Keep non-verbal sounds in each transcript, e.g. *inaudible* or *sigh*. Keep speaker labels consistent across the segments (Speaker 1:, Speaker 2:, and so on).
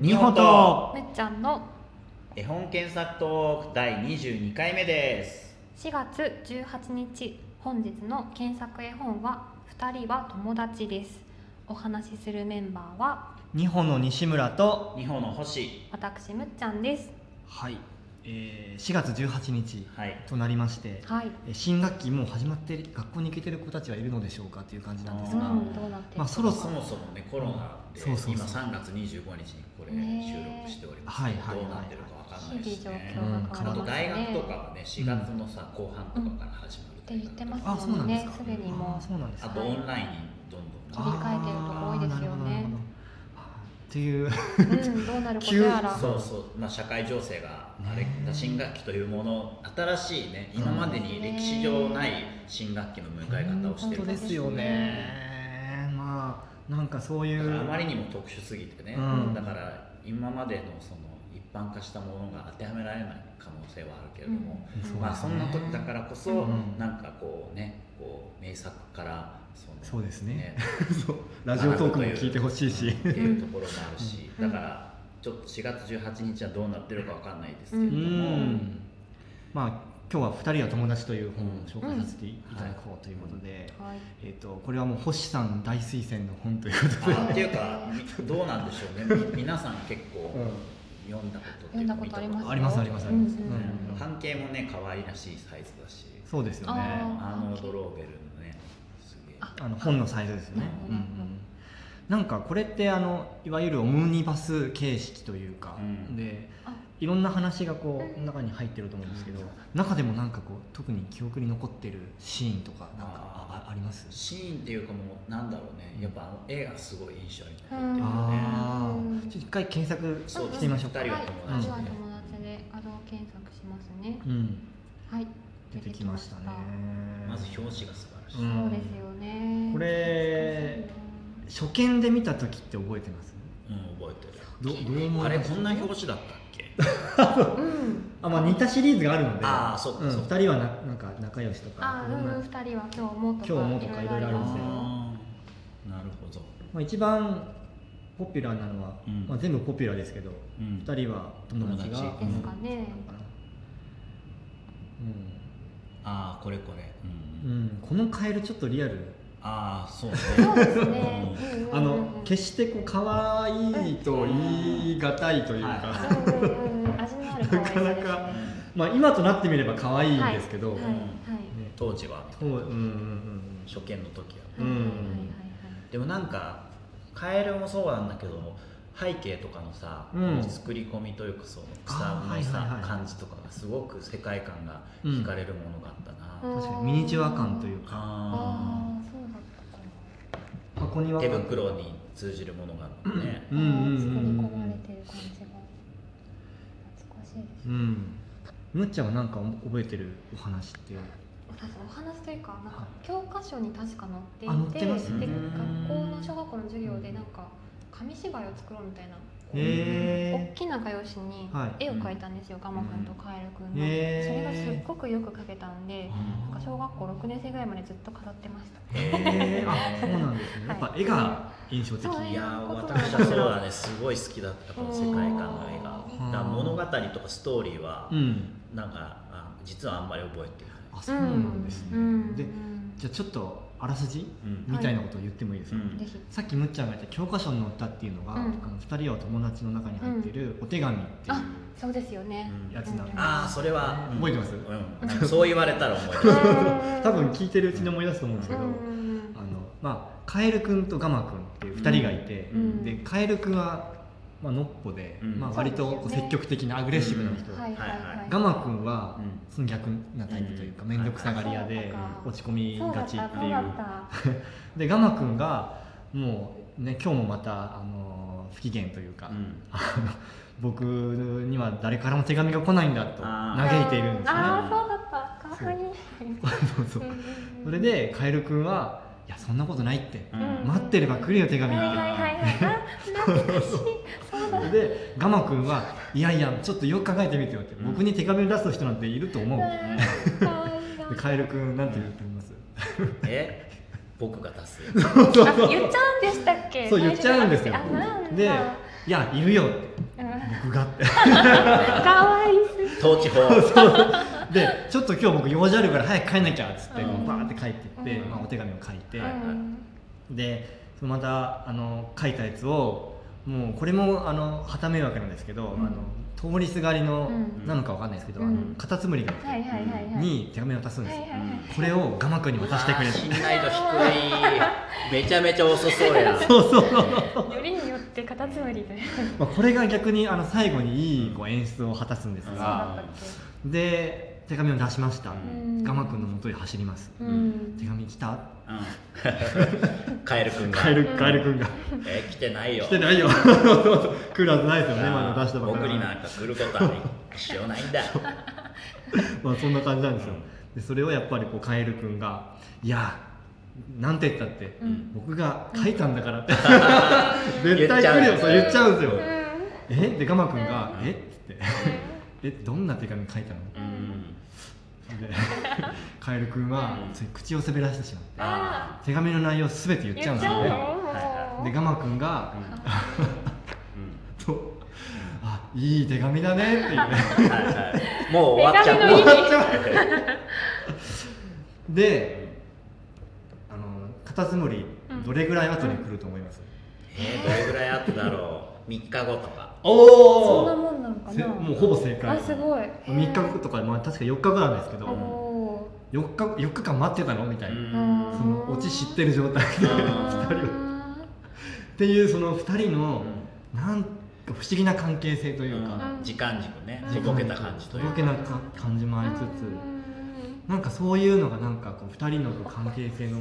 Speaker 1: 日本と
Speaker 2: むっちゃんの
Speaker 3: 絵本検索トーク第22回目です
Speaker 2: 4月18日本日の検索絵本は二人は友達ですお話しするメンバーは
Speaker 1: 日本の西村と
Speaker 3: 日本の星
Speaker 2: 私むっちゃんです
Speaker 1: はい、えー4月18日
Speaker 3: はい
Speaker 1: となりまして、
Speaker 2: はい
Speaker 1: えー新学期もう始まって学校に行けてる子たちはいるのでしょうかという感じなんです
Speaker 2: う
Speaker 1: が、
Speaker 2: んどうなってる
Speaker 1: まあそろ
Speaker 3: そもそもねコロナで
Speaker 1: そうそうそう
Speaker 3: 今3月25日にこれ
Speaker 2: ね
Speaker 3: 収録しておりますけど、
Speaker 1: はいはいはい
Speaker 3: どうなってるかわかんないし、
Speaker 2: 日々
Speaker 3: ね
Speaker 2: 状況が変
Speaker 3: あと
Speaker 2: わりますね
Speaker 3: 大学とかはね4月のさ、後半とかから始まる
Speaker 2: って言ってます
Speaker 1: あそうなんですか
Speaker 2: もうねすでにもう
Speaker 1: あそうなんです
Speaker 3: あ
Speaker 1: か
Speaker 3: とオンラインにどんどん
Speaker 2: 切り替えてるとこ多いですよね
Speaker 1: という
Speaker 2: うんどうなることやら
Speaker 3: そうそう、まあ、社会情勢があれだ新学期というもの新しいね今までに歴史上ない新学期の迎え方をしてる
Speaker 1: 本当ですよねまあなんかそうい
Speaker 3: だからあ
Speaker 1: う
Speaker 3: まりにも特殊すぎてね、
Speaker 1: うん
Speaker 3: だから今までのその一般化したものが当てはめられない可能性はあるけれども、
Speaker 2: うん
Speaker 1: そう
Speaker 3: まあそんな時だからこそ、
Speaker 1: ん
Speaker 3: なんかこうねこう名作からその
Speaker 1: そうですねそうラジオトークも聞いてほしいし
Speaker 3: 学ぶというっていうところもあるし、
Speaker 2: う
Speaker 3: だ
Speaker 2: ん
Speaker 3: からちょっと4月18日はどうなってるかわかんないですけ
Speaker 2: う
Speaker 3: れ
Speaker 1: う
Speaker 3: ど
Speaker 1: ん、
Speaker 3: も、
Speaker 1: まあ今日は「二人は友達」という本を紹介させていただこうということで、
Speaker 2: はい
Speaker 1: えー、とこれはもう星さん大推薦の本ということで、
Speaker 3: あっていうかみどうなんでしょうねみ *laughs* 皆さん結構読んだことって
Speaker 2: 読
Speaker 3: い
Speaker 2: ん
Speaker 3: う
Speaker 2: だ
Speaker 3: か
Speaker 2: ことあり
Speaker 3: 見た
Speaker 2: ますよ
Speaker 1: ありますあります
Speaker 2: うんうん
Speaker 1: あります
Speaker 3: ね
Speaker 1: うん
Speaker 3: 半径もね可愛らしいサイズだし
Speaker 1: そうですよ
Speaker 2: あ
Speaker 1: ね
Speaker 3: アーノルド・ローベルのねすげえ
Speaker 2: あ
Speaker 1: あの本のサイズですね、
Speaker 2: うん
Speaker 1: うんうんなんかこれってあのいわゆるオムニバス形式というか、
Speaker 3: うん
Speaker 1: で
Speaker 2: あ
Speaker 1: いろんな話がこう中に入ってると思うんですけど、中でもなんかこう特に記憶に残ってるシーンとかなんかあああります
Speaker 3: シーンっていうかもうなんだろうねやっぱあの絵がすごい印象に残ってるよね
Speaker 1: あ
Speaker 2: うん
Speaker 1: あちょっと一回検索
Speaker 3: そう
Speaker 1: してみましょうか
Speaker 3: 二人は
Speaker 2: は
Speaker 3: 友
Speaker 2: い、
Speaker 3: 達
Speaker 2: で
Speaker 3: で
Speaker 2: は
Speaker 3: ね
Speaker 2: 友達で画像検索しますね。
Speaker 1: うん
Speaker 2: はい、
Speaker 1: 出てきましたね
Speaker 3: まず表紙が素晴らしい、
Speaker 1: うん
Speaker 2: そうですよね。
Speaker 1: これ
Speaker 2: 懐
Speaker 1: 初見で見た時って覚えてます
Speaker 3: うん、覚えてる
Speaker 1: どどう思
Speaker 3: あ
Speaker 1: い
Speaker 3: れ
Speaker 1: まし
Speaker 3: こ
Speaker 1: た
Speaker 3: んな表紙だったっけ
Speaker 2: かしいなうん。
Speaker 1: あ、まあ、似たシリーズがあるので
Speaker 3: あーそっか
Speaker 1: うん
Speaker 3: そっか
Speaker 1: 二人はななんか仲良しとか
Speaker 2: あ、
Speaker 1: いろんな
Speaker 2: うん、二人は今日もとか。
Speaker 1: 今日もとかいろいろあるんですよ
Speaker 3: ーなるほど、
Speaker 1: まあ、一番ポピュラーなのは、
Speaker 3: うん
Speaker 1: まあ、全部ポピュラーですけど
Speaker 3: うん
Speaker 1: 二人は友達
Speaker 3: 友達
Speaker 1: が
Speaker 2: ですかね
Speaker 1: うんなのかな
Speaker 3: ああこれこれ、うん
Speaker 1: うん、うん、このカエルちょっとリアル
Speaker 3: ああ
Speaker 1: *laughs*
Speaker 3: そうね
Speaker 2: そうですね。うんうんうん
Speaker 1: あの決してこう可愛いと言い難いというか、
Speaker 3: は
Speaker 2: うんうんうん味のある可愛さですね。
Speaker 1: なかな
Speaker 2: は
Speaker 1: か
Speaker 2: い
Speaker 1: まあ今となってみれば可愛いん
Speaker 2: はい
Speaker 1: ですけど、
Speaker 2: はい
Speaker 1: ね
Speaker 2: はい
Speaker 3: 当時は
Speaker 1: そううんうんうん
Speaker 3: 初見の時は
Speaker 1: うん
Speaker 2: はいはいはい
Speaker 3: でもなんかカエルもそうなんだけど背景とかのさ、
Speaker 1: うん
Speaker 3: 作り込みというかその草
Speaker 1: あーは
Speaker 3: の
Speaker 1: い
Speaker 3: さ、
Speaker 1: はいはい
Speaker 3: 感じとかがすごく世界観が惹かれるものがあったな、
Speaker 2: うん
Speaker 1: 確かにミニチュア感というか
Speaker 3: あ
Speaker 2: ああ、そうだったかな。
Speaker 1: 箱
Speaker 3: ー
Speaker 1: 庭
Speaker 3: 手
Speaker 1: 感
Speaker 3: 袋に通じるものがあるのね、
Speaker 1: うんうんうん
Speaker 2: 作り
Speaker 1: うん
Speaker 2: 込まれてる感じが懐かしいです
Speaker 1: う。んむっちゃんはなんか覚えてるお話って
Speaker 2: 私お話というかなんか教科書に確か載
Speaker 1: あ
Speaker 2: ってい
Speaker 1: 載って
Speaker 2: て
Speaker 1: ます
Speaker 2: で
Speaker 3: う
Speaker 2: 学
Speaker 3: ん
Speaker 2: 校の小学校の授業でなんか紙芝居を作ろうみたいな
Speaker 1: へ
Speaker 2: 大きな画用紙に
Speaker 1: はい
Speaker 2: 絵を描いたんですよ、ガモくんとカエルくんの、
Speaker 1: へー
Speaker 2: それがすっごくよく描けたんでなんか
Speaker 1: ー
Speaker 2: 小学校6年生ぐらいまでずっと飾ってました
Speaker 3: へー
Speaker 1: あそうなんですねやっぱ絵が印象的、
Speaker 2: はい
Speaker 3: いやー
Speaker 2: そういうこと
Speaker 3: 私はそうだねすごい好きだったこの世界観の映画
Speaker 2: う
Speaker 3: だから物語とかストーリーは
Speaker 1: うん
Speaker 3: なんかあ実はあんまり覚えてない
Speaker 1: あそうなんですね、
Speaker 2: うん
Speaker 1: で
Speaker 2: うん
Speaker 1: じゃあちょっとあらすじ
Speaker 3: うん
Speaker 1: みたいなことを言ってもいいですか、
Speaker 3: うん
Speaker 2: ぜひ
Speaker 1: さっきむっちゃんが言った教科書に載ったっていうのが、
Speaker 2: うん
Speaker 1: あの2人は友達の中に入ってるお手紙ってい
Speaker 2: あ
Speaker 1: う
Speaker 2: そうですよね、
Speaker 1: やつなんで、
Speaker 2: うん
Speaker 3: ああそれは、
Speaker 1: 覚えてます
Speaker 3: うんそう言われたら思い出
Speaker 2: う
Speaker 3: す
Speaker 2: ん
Speaker 1: *laughs* 多分聞いてるうちに思い出すと思うんですけど、
Speaker 2: うん
Speaker 1: あのまあカエルくんとガマくんっていう2人がいて、
Speaker 2: うん
Speaker 1: でカエルくんは、まあのっぽで、
Speaker 3: うん
Speaker 1: まあ、割とこう
Speaker 2: そうですよね
Speaker 1: 積極的なアグレッシブな人、
Speaker 2: はいはい
Speaker 3: はい
Speaker 2: は
Speaker 3: はい
Speaker 1: ガマくんは
Speaker 3: うん
Speaker 1: その逆なタイプというか面倒、くさがり屋
Speaker 2: はいは
Speaker 1: で
Speaker 2: いはい
Speaker 1: 落ち込み
Speaker 2: そうだ
Speaker 1: が
Speaker 2: った
Speaker 1: ち
Speaker 2: そ
Speaker 1: って
Speaker 2: う
Speaker 1: い
Speaker 2: だ
Speaker 1: う
Speaker 2: った
Speaker 1: でガマくんがもうね今日もまたあの不機嫌というか、
Speaker 3: うん
Speaker 1: あの僕には誰からも手紙が来ないんだと
Speaker 3: あー
Speaker 1: 嘆いているんですね。
Speaker 2: ああーそうだったかわいい
Speaker 1: そう *laughs* そう
Speaker 2: うんうんうん
Speaker 1: それでカエルくんは「いやそんなことないって、
Speaker 3: うん
Speaker 1: 待ってれば来るよ手
Speaker 2: はい
Speaker 1: 紙」っ
Speaker 2: は
Speaker 1: て、
Speaker 2: いはいはいあ懐かしいそうだ
Speaker 1: それでガマくんは「いやいやちょっとよく考えてみてよ」って、
Speaker 3: うん
Speaker 1: 僕に手紙を出す人なんていると思う」
Speaker 2: うんかわいいな
Speaker 1: でカエルくんなんて言うと思います、
Speaker 3: え僕が出す
Speaker 2: あ言っちゃうんでしたっけ
Speaker 1: そう言っちゃうんですよ
Speaker 2: あなんだ
Speaker 1: でいやいるよって
Speaker 2: うん
Speaker 1: 僕がって
Speaker 2: かわいいっす
Speaker 3: 統治法
Speaker 1: そうでちょっと今日僕用事あるから早く帰んなきゃっつって
Speaker 3: うん
Speaker 1: もうバーって帰っていって、
Speaker 2: うん
Speaker 1: まあ、お手紙を書いて、
Speaker 3: はい
Speaker 2: うん
Speaker 1: でそのまたあの書いたやつをもうこれもあの旗迷惑なんですけど、
Speaker 2: うん
Speaker 1: あの通りすがりの、
Speaker 2: うん
Speaker 1: なのかわかんないですけど、
Speaker 2: うん
Speaker 1: あのカタツムリがいて
Speaker 2: はいはいはいはい
Speaker 1: に手紙を渡すんですよ、
Speaker 2: はいはいはい
Speaker 1: これをガマ君に渡してくれ
Speaker 3: あー
Speaker 1: る
Speaker 3: 信頼度低いめちゃめちゃ遅そうやん
Speaker 1: そうそうそうそう、
Speaker 2: よりによってカタツムリで
Speaker 1: まあ、これが逆にあの最後にいいこう演出を果たすんです
Speaker 2: そう
Speaker 1: が、
Speaker 2: だったっ
Speaker 1: で手紙を出しました、
Speaker 2: うん
Speaker 1: ガマ君の元へ走ります、
Speaker 2: け、う
Speaker 3: うん
Speaker 2: ん
Speaker 1: 手紙来た
Speaker 3: うんカエル君が
Speaker 1: カエルカエル君が
Speaker 3: え来てないよ
Speaker 1: 来てないよクーラーズないですよねまだ出したばっか
Speaker 3: 僕
Speaker 1: り
Speaker 3: になんか来ることは必要ないんだ
Speaker 1: まあそんな感じなんです
Speaker 3: う
Speaker 1: よ
Speaker 3: ん。
Speaker 1: でそれをやっぱりこうカエル君が「いやなんて言ったって、
Speaker 2: うん
Speaker 1: 僕が書いたんだから」って
Speaker 3: うん
Speaker 1: *laughs* 絶対来るよそう言
Speaker 3: 言
Speaker 1: っ
Speaker 3: っ
Speaker 1: ち
Speaker 3: ち
Speaker 1: ゃ
Speaker 3: ゃ
Speaker 1: う
Speaker 3: うん
Speaker 1: ですよ。
Speaker 2: う
Speaker 1: えでガマ君が
Speaker 3: う
Speaker 1: 「
Speaker 3: ん
Speaker 1: えっ?」つって「えどんな手紙書いたの?
Speaker 3: う」ん
Speaker 1: でカエル君は
Speaker 3: うん
Speaker 1: それ口を滑らしてしまう
Speaker 3: あ
Speaker 1: 手紙の内容すべて言っ
Speaker 2: ん、
Speaker 1: ちゃう
Speaker 2: 言
Speaker 1: ん
Speaker 2: っ
Speaker 1: で
Speaker 2: ち
Speaker 1: すよ
Speaker 2: ゃう
Speaker 1: ね
Speaker 2: の、
Speaker 1: はい
Speaker 2: もう
Speaker 1: でガマ君が
Speaker 3: あうん
Speaker 1: 「とあいい手紙だね」っていうね。
Speaker 3: *laughs* うんはい
Speaker 2: *laughs*
Speaker 3: はいもう終わっちゃ
Speaker 2: 手紙の
Speaker 3: う
Speaker 2: 意味
Speaker 3: 終わっちゃう
Speaker 1: であのカタツムリ
Speaker 2: うん
Speaker 1: どれぐらい後に来ると思います、
Speaker 3: えーどれぐらい後だろう3日後とか
Speaker 2: そんな
Speaker 1: お
Speaker 2: もんなのか
Speaker 1: せ
Speaker 2: な
Speaker 1: もうほぼ正解
Speaker 2: あすごいへー
Speaker 1: 3日後とか、まあ、確か4日後なんですけど
Speaker 2: おお
Speaker 1: 4日4日間待ってたのみたいな、
Speaker 2: ん
Speaker 1: そのオチ知ってる状態で
Speaker 3: うん
Speaker 1: 二人をっていうその2人の、なんか不思議な関係性というか、
Speaker 3: うん時間軸ね
Speaker 1: 時
Speaker 3: と
Speaker 1: 間
Speaker 3: ぼけた感じと
Speaker 1: と
Speaker 3: い
Speaker 1: ぼ
Speaker 3: う
Speaker 1: けなか感じもありつつ、なんかそういうのがなんかこう2人のこう関係性の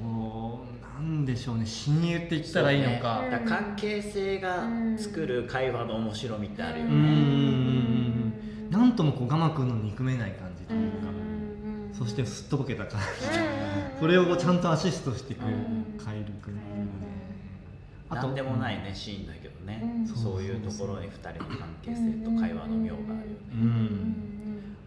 Speaker 1: こうなんでしょうね親友って言ったらいいのか、
Speaker 2: そうね
Speaker 3: だから関係性が作る会話の面白みってあるよ
Speaker 1: うん
Speaker 3: ね
Speaker 1: なんともこうガマくんの憎めない感じと
Speaker 2: う
Speaker 1: い
Speaker 2: ん
Speaker 1: うか、そしてすっとぼけた感じ、
Speaker 2: うん
Speaker 1: それをこうちゃんとアシストしてくれる
Speaker 2: うん
Speaker 1: カエルくん、あと
Speaker 3: なんでもないねシーンだけどね、
Speaker 2: うん
Speaker 3: そういうところに2人の関係性と会話の妙があるよね、
Speaker 1: うん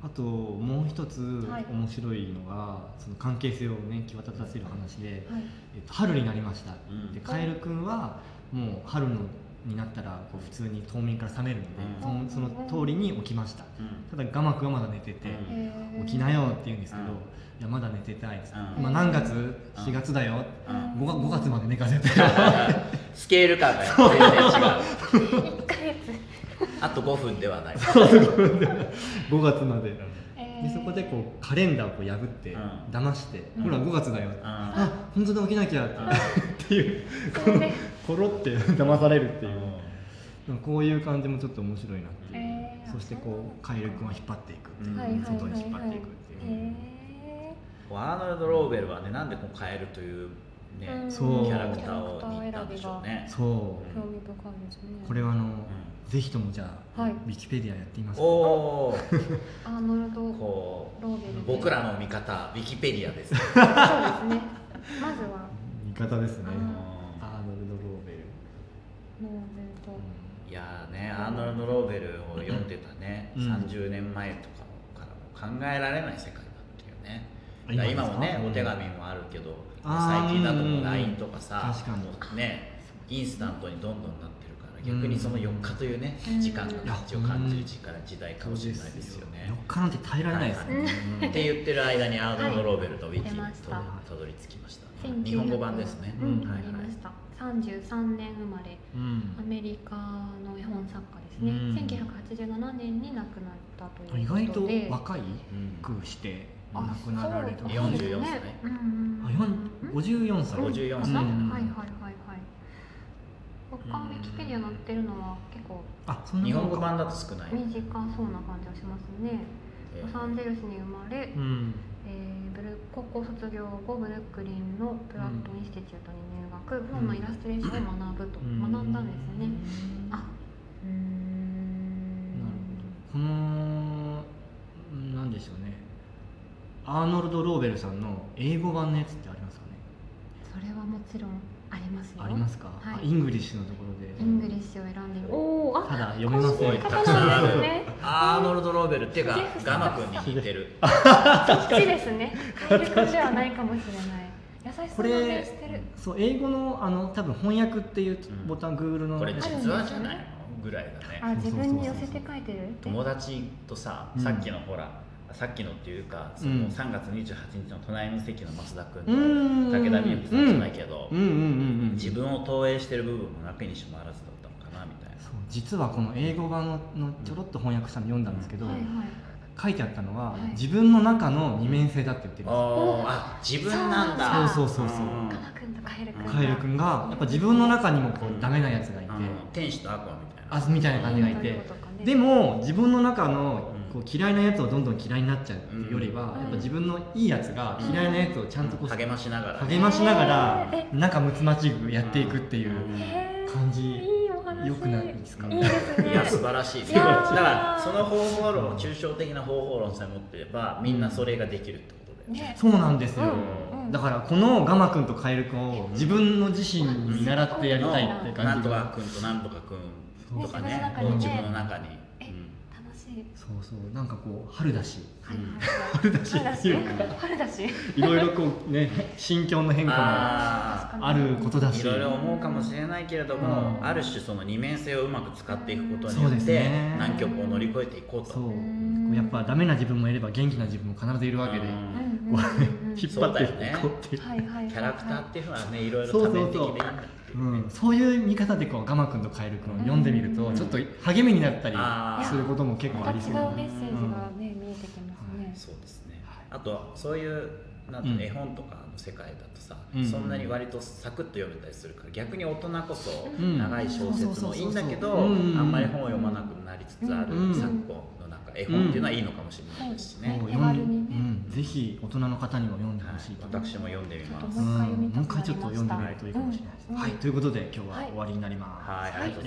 Speaker 1: あともう一つ
Speaker 2: はい
Speaker 1: 面白いのが、その関係性をね際立たせる話で、
Speaker 2: はい
Speaker 1: えっと、春になりました、
Speaker 3: うん
Speaker 1: でカエルくんはもう春のになったらこう普通に冬眠から覚めるので、
Speaker 2: うん
Speaker 1: そのその通りに起きました
Speaker 3: うん
Speaker 1: *laughs* ただガマくんはまだ寝てて、
Speaker 3: うん
Speaker 2: へー
Speaker 1: 起きなよって言うんですけど、
Speaker 3: うん
Speaker 1: いやまだ寝てたいっつって、
Speaker 3: うん
Speaker 1: 今何月 ?4 月だよ、
Speaker 3: うん
Speaker 1: 五月 5, 月まで寝かせて
Speaker 3: スケール感が全然違う
Speaker 2: 一ヶ月
Speaker 1: *laughs*
Speaker 3: あと5分ではない
Speaker 1: *laughs* 5月まで
Speaker 2: え
Speaker 1: で
Speaker 2: ー
Speaker 1: そこでこうカレンダーをこう破って、
Speaker 3: うん
Speaker 1: 騙して、
Speaker 2: うん
Speaker 1: ほら5月だよ、
Speaker 3: あ
Speaker 1: あ本当だ起きなきゃって,、っていう
Speaker 2: それで
Speaker 1: コロって騙されるって
Speaker 3: う
Speaker 1: い
Speaker 3: ん
Speaker 1: う、でもこういう感じもちょっと面白いなっていう、
Speaker 2: えー
Speaker 1: そしてこうカエル君は引っ張っていくっていう、
Speaker 3: うん
Speaker 2: はいはいはい
Speaker 1: 外に引っ張
Speaker 2: は
Speaker 1: っ
Speaker 2: い
Speaker 1: ていくっていう、
Speaker 2: へ
Speaker 3: アーノルド・ローベルはねなんでこう変えるというね、
Speaker 2: うん
Speaker 1: そう
Speaker 3: キャラクターをにったんでしょうね
Speaker 1: そう
Speaker 2: ー興味深いですね
Speaker 1: これはあの、
Speaker 3: ん
Speaker 1: ぜひともじゃあ、
Speaker 2: はい
Speaker 1: ウィキペディアやってみます
Speaker 3: おおー
Speaker 2: アーノルド
Speaker 3: こ
Speaker 2: ローベル
Speaker 3: う
Speaker 2: ね
Speaker 3: 僕らの味方ウィキペディアです、ね、
Speaker 2: そうですね。まずは
Speaker 1: 味方ですね、
Speaker 2: うん
Speaker 1: アーノルド・ローベル、
Speaker 2: ノーベルと。
Speaker 3: いやーねアーノルド・ローベルを読んでたね、
Speaker 1: うん
Speaker 3: 30年前とかからも考えられない世界だっていうね
Speaker 1: あ
Speaker 3: だから今
Speaker 1: です
Speaker 3: も
Speaker 1: か
Speaker 3: ね
Speaker 1: うん
Speaker 3: お手紙もあるけど、
Speaker 1: あー
Speaker 3: 最近だと
Speaker 1: うんうんう
Speaker 3: も
Speaker 1: ん
Speaker 3: う LINE とかさ
Speaker 1: 確かに
Speaker 3: もうねインスタントにどんどんなってるから
Speaker 1: うん
Speaker 3: 逆にその4日というね、
Speaker 2: うん
Speaker 3: 時間の価値を感じる時間時代か
Speaker 1: そう
Speaker 3: も
Speaker 1: で
Speaker 3: しれ
Speaker 1: すよ
Speaker 3: ないですよね。
Speaker 1: 4日なんて耐えられないですよね、
Speaker 3: って言ってる間にアーノルド・ローベルとウィキに
Speaker 2: *laughs* はい出ました
Speaker 3: たどり着きました
Speaker 2: 1900
Speaker 3: 日本語版ですね、
Speaker 2: うん、
Speaker 1: はいはい
Speaker 2: ありました。三十三年生まれ、
Speaker 1: うん
Speaker 2: アメリカの絵本作家ですね
Speaker 1: うん。
Speaker 2: 千九百八十七年に亡くなったと
Speaker 1: 意
Speaker 2: いう
Speaker 1: 外
Speaker 2: こととで。
Speaker 1: 若い
Speaker 3: うん
Speaker 1: くして
Speaker 2: あ
Speaker 1: 亡くなられた
Speaker 2: そう
Speaker 3: 44
Speaker 2: ですね
Speaker 3: 歳
Speaker 2: うんうん
Speaker 1: あ四54歳
Speaker 2: うん
Speaker 3: 54
Speaker 2: か
Speaker 1: 歳
Speaker 2: な
Speaker 1: うん
Speaker 2: はいはいはいはい。他ウィキペディア載ってるのは結構
Speaker 1: あそんな
Speaker 3: 日本語版
Speaker 1: だ
Speaker 3: だと少ない、
Speaker 2: 短そうな感じがしますね。
Speaker 3: え
Speaker 2: ロ
Speaker 3: ー
Speaker 2: サンゼルスに生まれ、
Speaker 1: うん
Speaker 2: えーブル高校卒業後ブルックリンのプラットインスティチュートに入学、本のイラストレーションを学ぶと、学んだんですね。あうーん
Speaker 1: なるほどこのうんなんでしょうねアーノルド・ローベルさんの英語版のやつってありますかね
Speaker 2: それはもちろんありますよ
Speaker 1: ありますか、
Speaker 2: はい
Speaker 1: あイングリッシュのところで
Speaker 2: イングリッシュを選んでみおおあ
Speaker 1: ただ読めま
Speaker 2: こう
Speaker 1: せ
Speaker 2: い
Speaker 1: ん
Speaker 2: う
Speaker 3: た
Speaker 2: 方
Speaker 3: くさん
Speaker 2: な
Speaker 3: あ
Speaker 2: んで
Speaker 3: る
Speaker 2: すね
Speaker 3: アーノルド・ローベルってか
Speaker 2: ジェフさん
Speaker 3: ガマ君に似てる
Speaker 2: こっちですねカエル君ではないかもしれない優しそうな
Speaker 1: こ
Speaker 2: 目
Speaker 1: れ
Speaker 2: してる
Speaker 1: *laughs* そう英語のあの多分翻訳っていうボタン、Google の
Speaker 3: これ
Speaker 2: ある
Speaker 3: 実話じゃないのぐらいだ
Speaker 2: あ
Speaker 3: ね
Speaker 1: そう
Speaker 2: 自
Speaker 1: そうそうそう
Speaker 2: 分に寄せて書いてる
Speaker 3: 友達とさ
Speaker 1: うん
Speaker 3: さっきのほら、さっきのっていうかそ
Speaker 1: うん
Speaker 3: の3月28日の隣の席の増田
Speaker 1: う
Speaker 3: 君
Speaker 1: ん
Speaker 3: と武田美代子さんじゃないけど、
Speaker 1: うんうんうんうん
Speaker 3: 自分を投影してる部分もなきにしもあらずだったのかなみたいな
Speaker 1: そう実はこの英語版ののちょろっと翻訳したの読んだんですけど、
Speaker 2: はいはい
Speaker 1: 書いてあったのは、
Speaker 2: はい
Speaker 1: 自分の中の二面性だって言ってる
Speaker 3: あーあ自分なんだ
Speaker 1: そうそうそうそうん
Speaker 2: カナ君とカエル君が
Speaker 1: カエル君がやっぱ自分の中にもこ
Speaker 3: うん
Speaker 1: うダメなやつがいて、
Speaker 3: うん天使と悪魔みたいな
Speaker 1: あみたいな感じがい
Speaker 2: とい
Speaker 1: て
Speaker 2: うことかね
Speaker 1: でも自分の中の
Speaker 3: う
Speaker 1: こう嫌いなやつをどんどん嫌いになっちゃうっていうよりは、
Speaker 2: うん
Speaker 1: やっぱ自分のいいやつが嫌いなやつをちゃんとこう、
Speaker 3: 励ましながら
Speaker 1: 励ましながら
Speaker 2: え
Speaker 1: 仲睦まじくやっていくっていう、
Speaker 3: ん
Speaker 2: へー
Speaker 1: 感じ
Speaker 2: いいお話
Speaker 1: 良くないですか
Speaker 2: いいですね
Speaker 3: いや素晴らしいです
Speaker 2: い
Speaker 3: だ
Speaker 2: や
Speaker 3: か
Speaker 2: ー
Speaker 3: らその方法論を抽象的な方法論さえ持ってればみんなそれができるってことで、
Speaker 2: ね
Speaker 1: そうなんですよ、
Speaker 2: うんうん
Speaker 1: だからこのガマくんとカエルくんを自分の自身に見習ってやりたいって
Speaker 3: な
Speaker 1: 感
Speaker 3: ん
Speaker 1: じ
Speaker 3: とか
Speaker 1: が
Speaker 3: 君となんとか君とかね
Speaker 2: ね
Speaker 3: 自分の中に、
Speaker 2: え楽しい
Speaker 1: そうそうなんかこう春だし
Speaker 2: はいはいはい
Speaker 1: 春だしっていうか
Speaker 2: 春だし
Speaker 1: いろいろこうね心境の変化
Speaker 3: あ
Speaker 1: もあることだ
Speaker 3: ーい
Speaker 1: し
Speaker 3: ろいろ思うかもしれないけれども、
Speaker 1: うん
Speaker 3: ある種その二面性をうまく使っていくことに
Speaker 1: そう
Speaker 3: よ
Speaker 1: で
Speaker 3: っ
Speaker 1: す
Speaker 3: て
Speaker 1: ね
Speaker 3: 難局を乗り越えていこうと
Speaker 1: そう
Speaker 2: うん
Speaker 1: やっぱダメな自分もいれば元気な自分も必ずいるわけで
Speaker 3: う
Speaker 2: うんんうんうんう
Speaker 1: *laughs*
Speaker 2: ん
Speaker 1: 引っ張っていこうっていう
Speaker 2: はいはいはいはい
Speaker 3: キャラクターっていうのはねいろいろ
Speaker 1: そう
Speaker 3: 多
Speaker 1: そうそう
Speaker 3: 面的でいいんだっていう
Speaker 1: う
Speaker 3: ね
Speaker 1: ん、そういう見方でこうガマくんとカエルくんを読んでみる
Speaker 2: う
Speaker 1: と
Speaker 2: ん
Speaker 1: ちょっと励みになったり
Speaker 3: あー
Speaker 1: することも結
Speaker 2: ま
Speaker 1: 構
Speaker 2: た
Speaker 1: あ
Speaker 2: 違う
Speaker 1: り
Speaker 2: メッ
Speaker 1: そう
Speaker 2: セージ
Speaker 1: な
Speaker 2: がね、見えてきますね。
Speaker 3: そうですね
Speaker 1: はい
Speaker 3: あとそういうなんて
Speaker 1: うん
Speaker 3: 絵本とかの世界だとさ、
Speaker 1: うん
Speaker 3: そんなに割とサクッと読めたりするから逆に大人こそ
Speaker 1: うん
Speaker 3: 長い小説もいいんだけど、
Speaker 1: そうそうそうそううん
Speaker 3: あんまり本を読まなくなりつつある
Speaker 1: うん
Speaker 3: 昨今の中、絵本っていうのはいいのかもしれないですしね、
Speaker 1: もう
Speaker 2: 手軽にね
Speaker 1: うん、ぜひ大人の方にも読んで
Speaker 3: はい
Speaker 1: ほしいと思います
Speaker 3: 私も読んでみます
Speaker 1: うん
Speaker 2: もう一回読みたく
Speaker 1: もう一
Speaker 2: なりました
Speaker 1: 回ちょっと読んでみるといいかもしれないです、
Speaker 2: うん
Speaker 1: はいということで今日は
Speaker 2: はい
Speaker 1: 終わりになります、
Speaker 3: はいありがとうございます